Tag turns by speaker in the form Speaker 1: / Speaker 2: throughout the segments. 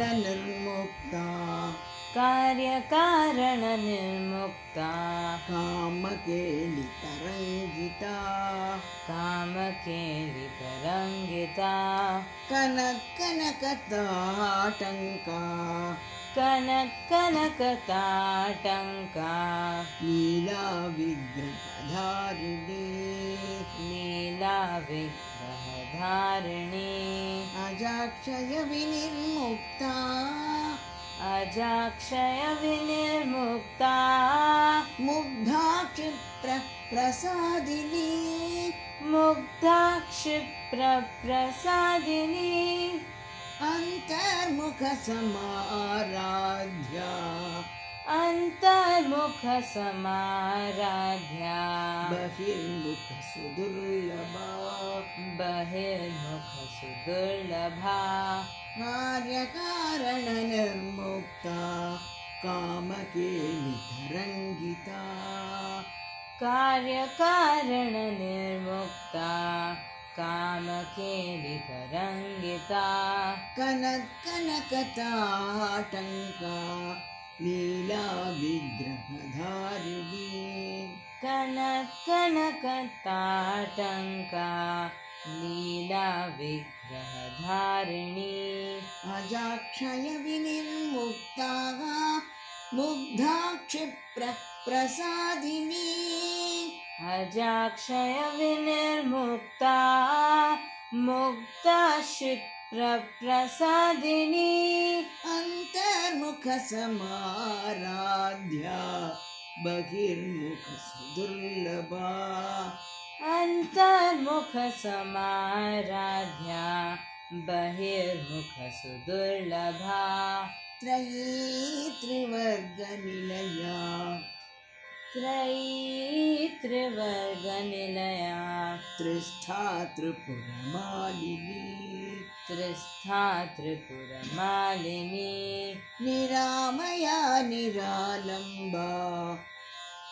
Speaker 1: कार्यकारणनिर्मुक्ता
Speaker 2: कार्यकारणनिर्मुक्ता
Speaker 1: कामकेलितरञ्जिता
Speaker 2: कामकेलितरङ्गिता
Speaker 1: कनकनकताटङ्का
Speaker 2: कनकनकताटङ्का
Speaker 1: लीलाविग्रहधारिणी
Speaker 2: लीलाविग्रहधारिणी
Speaker 1: अजाक्षयविनिर्मुक्ता
Speaker 2: अजाक्षयविनिर्मुक्ता
Speaker 1: मुग्धा क्षिप्रप्रसादिनी
Speaker 2: मुग्धा क्षिप्रप्रसादिनी
Speaker 1: अन्तर्मुखसमाराध्या
Speaker 2: अन्तर्मुखसमाराध्या
Speaker 1: बहिर्मुखसुदुर्लभा
Speaker 2: बहिर्मुखसुदुर्लभा
Speaker 1: कार्यकारणनिर्मुक्ता कामकेलितरङ्गिता
Speaker 2: कार्यकारणनिर्मुक्ता कामकेलितरङ्गिता
Speaker 1: कनत्कनकताटङ्का लीलाविग्रहधारिणी
Speaker 2: कनकनकताटङ्का लीलाविग्रहधारिणी
Speaker 1: अजाक्षयविनिर्मुक्ता मुग्धा क्षिप्रप्रसादिनी
Speaker 2: अजाक्षयविनिर्मुक्ता मुक्ता क्षिप्रप्रसादिनी
Speaker 1: अन्तर्मुखसमाराध्या बहिर्मुखसुदुर्लभा
Speaker 2: अन्तर्मुखसमाराध्या बहिर्मुखसुदुर्लभा
Speaker 1: त्रयी त्रिवर्गनिलया
Speaker 2: त्रयी त्रिवर्गनिलया
Speaker 1: त्रिष्ठा त्रिपुरमालिनी
Speaker 2: त्रिस्था त्रिपुरमालिनी
Speaker 1: निरामया निरालम्बा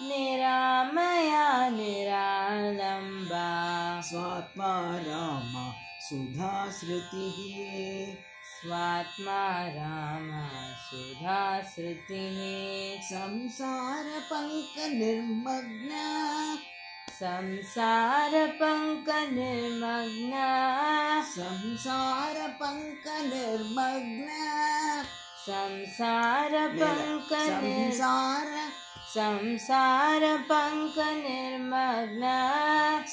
Speaker 2: निरामया निरालम्बा
Speaker 1: स्वात्मा राम सुधा श्रुतिः
Speaker 2: स्वात्मा रामा सुधा श्रुतिः
Speaker 1: संसारपङ्कनिर्मग्ना
Speaker 2: संसारपङ्कनिर्मग्ना
Speaker 1: संसारपङ्कनिर्मग्ना
Speaker 2: संसारपङ्कनिर्
Speaker 1: संसार
Speaker 2: संसारपङ्कनिर्मग्ना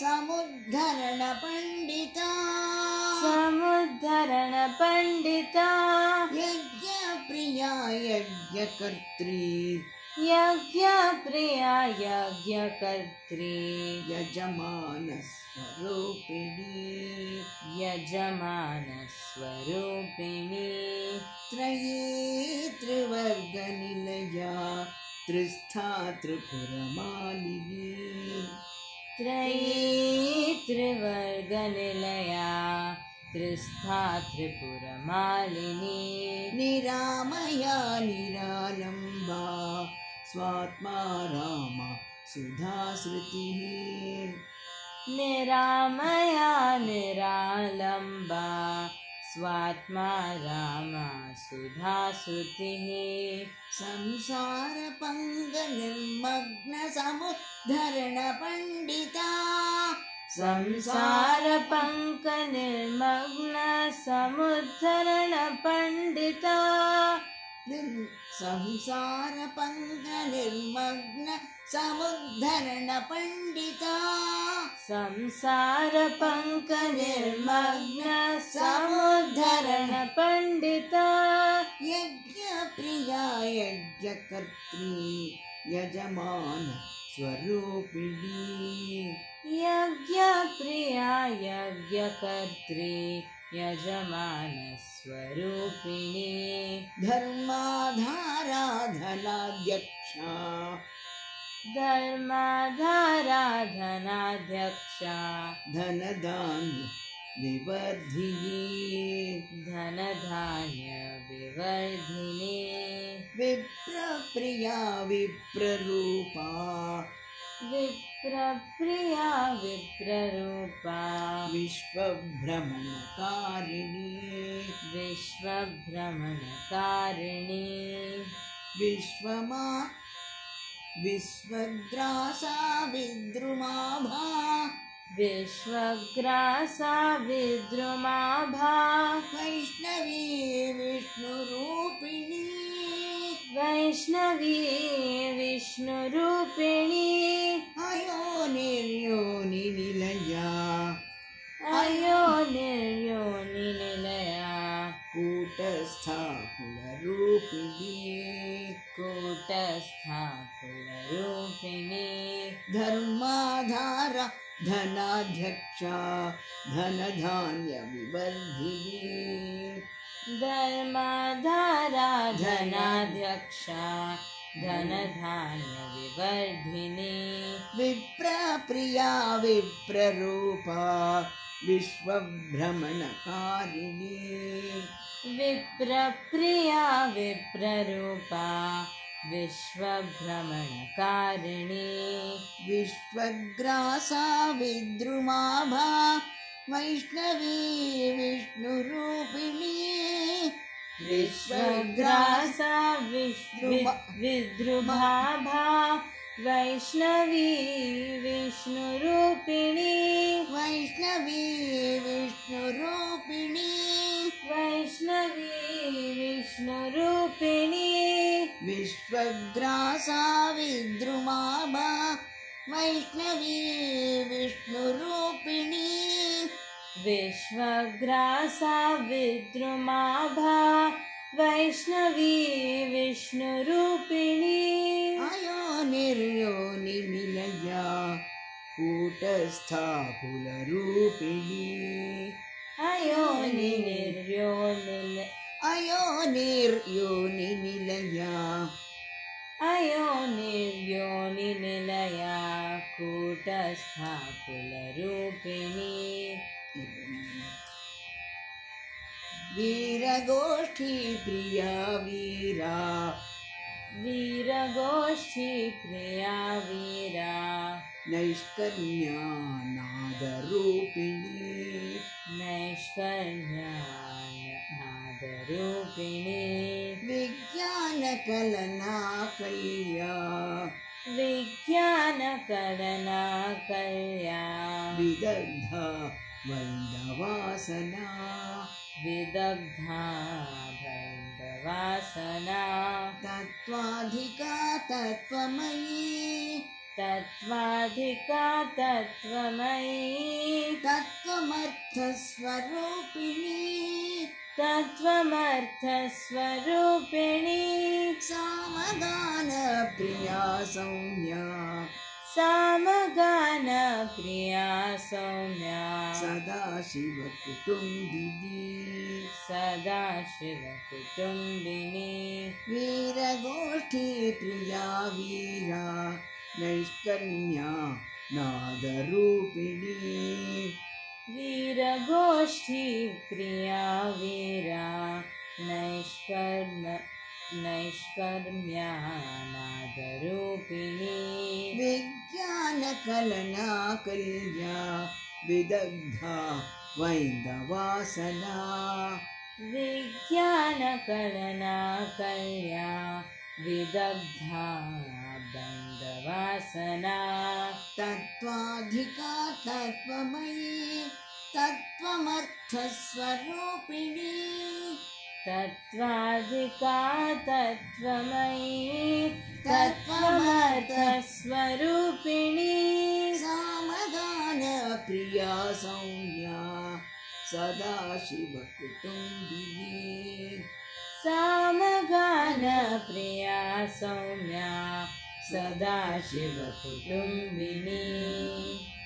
Speaker 1: समुद्धरणपण्डिता
Speaker 2: समुद्धरणपण्डिता
Speaker 1: यज्ञप्रिया यज्ञकर्त्री
Speaker 2: यज्ञप्रिया यज्ञकर्त्री
Speaker 1: यजमानस्वरूपिणी
Speaker 2: यजमानस्वरूपिणी
Speaker 1: त्रयी त्रिवर्गनिलया त्रिस्था त्रिपुरमालिनी
Speaker 2: त्रयी त्रिवर्गनिलया त्रिस्था त्रिपुरमालिनी
Speaker 1: निरामया निरालम्बा स्वात्मा राम सुधा श्रुतिः
Speaker 2: निरामया निरालम्बा स्वात्मा रामा सुधा श्रुतिः
Speaker 1: संसारपङ्गनिर्मग्नसमुद्धरणपण्डिता
Speaker 2: संसारपङ्कनिर्मग्न समुद्धरणपण्डिता
Speaker 1: निम् संसारपङ्गनिर्मग्न समुद्धरणपण्डिता
Speaker 2: संसारपङ्कनिर्मग्न समुद्धरणपण्डिता
Speaker 1: यज्ञप्रिया यज्ञकर्त्री यजमान स्वरूपिणी
Speaker 2: यज्ञप्रिया यज्ञकर्त्री यजमानस्वरूपिणी
Speaker 1: धर्माधाराधनाध्यक्षा
Speaker 2: धर्माधाराधनाध्यक्षा
Speaker 1: धनधान्य विवर्धिनी
Speaker 2: धनधान्यविवर्धिनी
Speaker 1: विप्रप्रिया विप्ररूपा
Speaker 2: विप्रप्रिया प्रप्रिया विप्ररूपा
Speaker 1: विश्वभ्रमणकारिणी
Speaker 2: विश्वभ्रमणकारिणी
Speaker 1: विश्वमा विश्वग्रासा विद्रुमाभा
Speaker 2: विश्वग्रासा विद्रुमाभा
Speaker 1: वैष्णवी विष्णुरूपिणी
Speaker 2: वैष्णवी विष्णुरूपिणी
Speaker 1: अयोनिर्योनिनिलया
Speaker 2: अयो निर्योनिलया
Speaker 1: कूटस्था कुलरूपिणी
Speaker 2: कूटस्था कुलरूपिणी
Speaker 1: धर्माधार धनाध्यक्षा धनधान्य
Speaker 2: धर्माधारा धनाध्यक्षा धनधान्यविवर्धिनी
Speaker 1: विप्रप्रिया विप्ररूपा विश्वभ्रमणकारिणी
Speaker 2: विप्रप्रिया विप्ररूपा विश्वभ्रमणकारिणी
Speaker 1: विश्वग्रासा विद्रुमाभा वैष्णवी विष्णुरूपिणी
Speaker 2: विश्वग्रासा विश्व विद्रुभाभा वैष्णवी विष्णुरूपिणी
Speaker 1: वैष्णवी विष्णुरूपिणी
Speaker 2: वैष्णवी विष्णुरूपिणी
Speaker 1: विश्वग्रासा विद्रुमाभा वैष्णवी विष्णुरूपिणी
Speaker 2: विश्वग्रासा विद्रुमाभा वैष्णवी विष्णुरूपिणी
Speaker 1: अयो निर्योनिनिलया कूटस्था कुलरूपिणी
Speaker 2: अयो निर्यो निल
Speaker 1: अयो निर्योनिनिलया
Speaker 2: अयो निर्यो निलया कूटस्था कुलरूपिणी
Speaker 1: वीरगोष्ठी प्रिया वीरा
Speaker 2: वीरगोष्ठी प्रिया वीरा
Speaker 1: नैष्कर्म्या नादरूपिणी
Speaker 2: नैष्कर्ण्या नादरूपिणी
Speaker 1: विज्ञानकलना कैया
Speaker 2: विज्ञानकरना कल्या
Speaker 1: विदग्धा वैन्दवासना
Speaker 2: विदग्धा भैरवासना
Speaker 1: तत्त्वाधिका तत्त्वमयी
Speaker 2: तत्त्वाधिका तत्त्वमयी
Speaker 1: तत्त्वमर्थस्वरूपिणी
Speaker 2: तत्त्वमर्थस्वरूपिणी
Speaker 1: सामगानप्रिया संज्ञा
Speaker 2: सामगानप्रिया सौम्या
Speaker 1: सदाशिवकुटुम्बिनी
Speaker 2: सदा शिवकुटुम्बिनी
Speaker 1: वीरगोष्ठी प्रिया वीरा नैष्कर्म्या नादरूपिणी
Speaker 2: वीरगोष्ठी प्रिया वीरा नैष्कर्म नैष्कर्म्या नादरूपिणी
Speaker 1: विज्ञानकलना कल्या विदग्धा वैन्दवासना
Speaker 2: विज्ञानकलना कल्या विदग्धा बन्दवासना
Speaker 1: तत्त्वाधिका तत्त्वमयी तत्त्वमर्थस्वरूपिणी
Speaker 2: तत्त्वाधिका तत्त्वमयी तत्त्वमर्थस्वरूपिणी
Speaker 1: सामगानप्रिया संज्ञा सदाशिवकुटुम्बिनी
Speaker 2: सामगानप्रिया सौम्या सदाशिवकुटुम्बिनी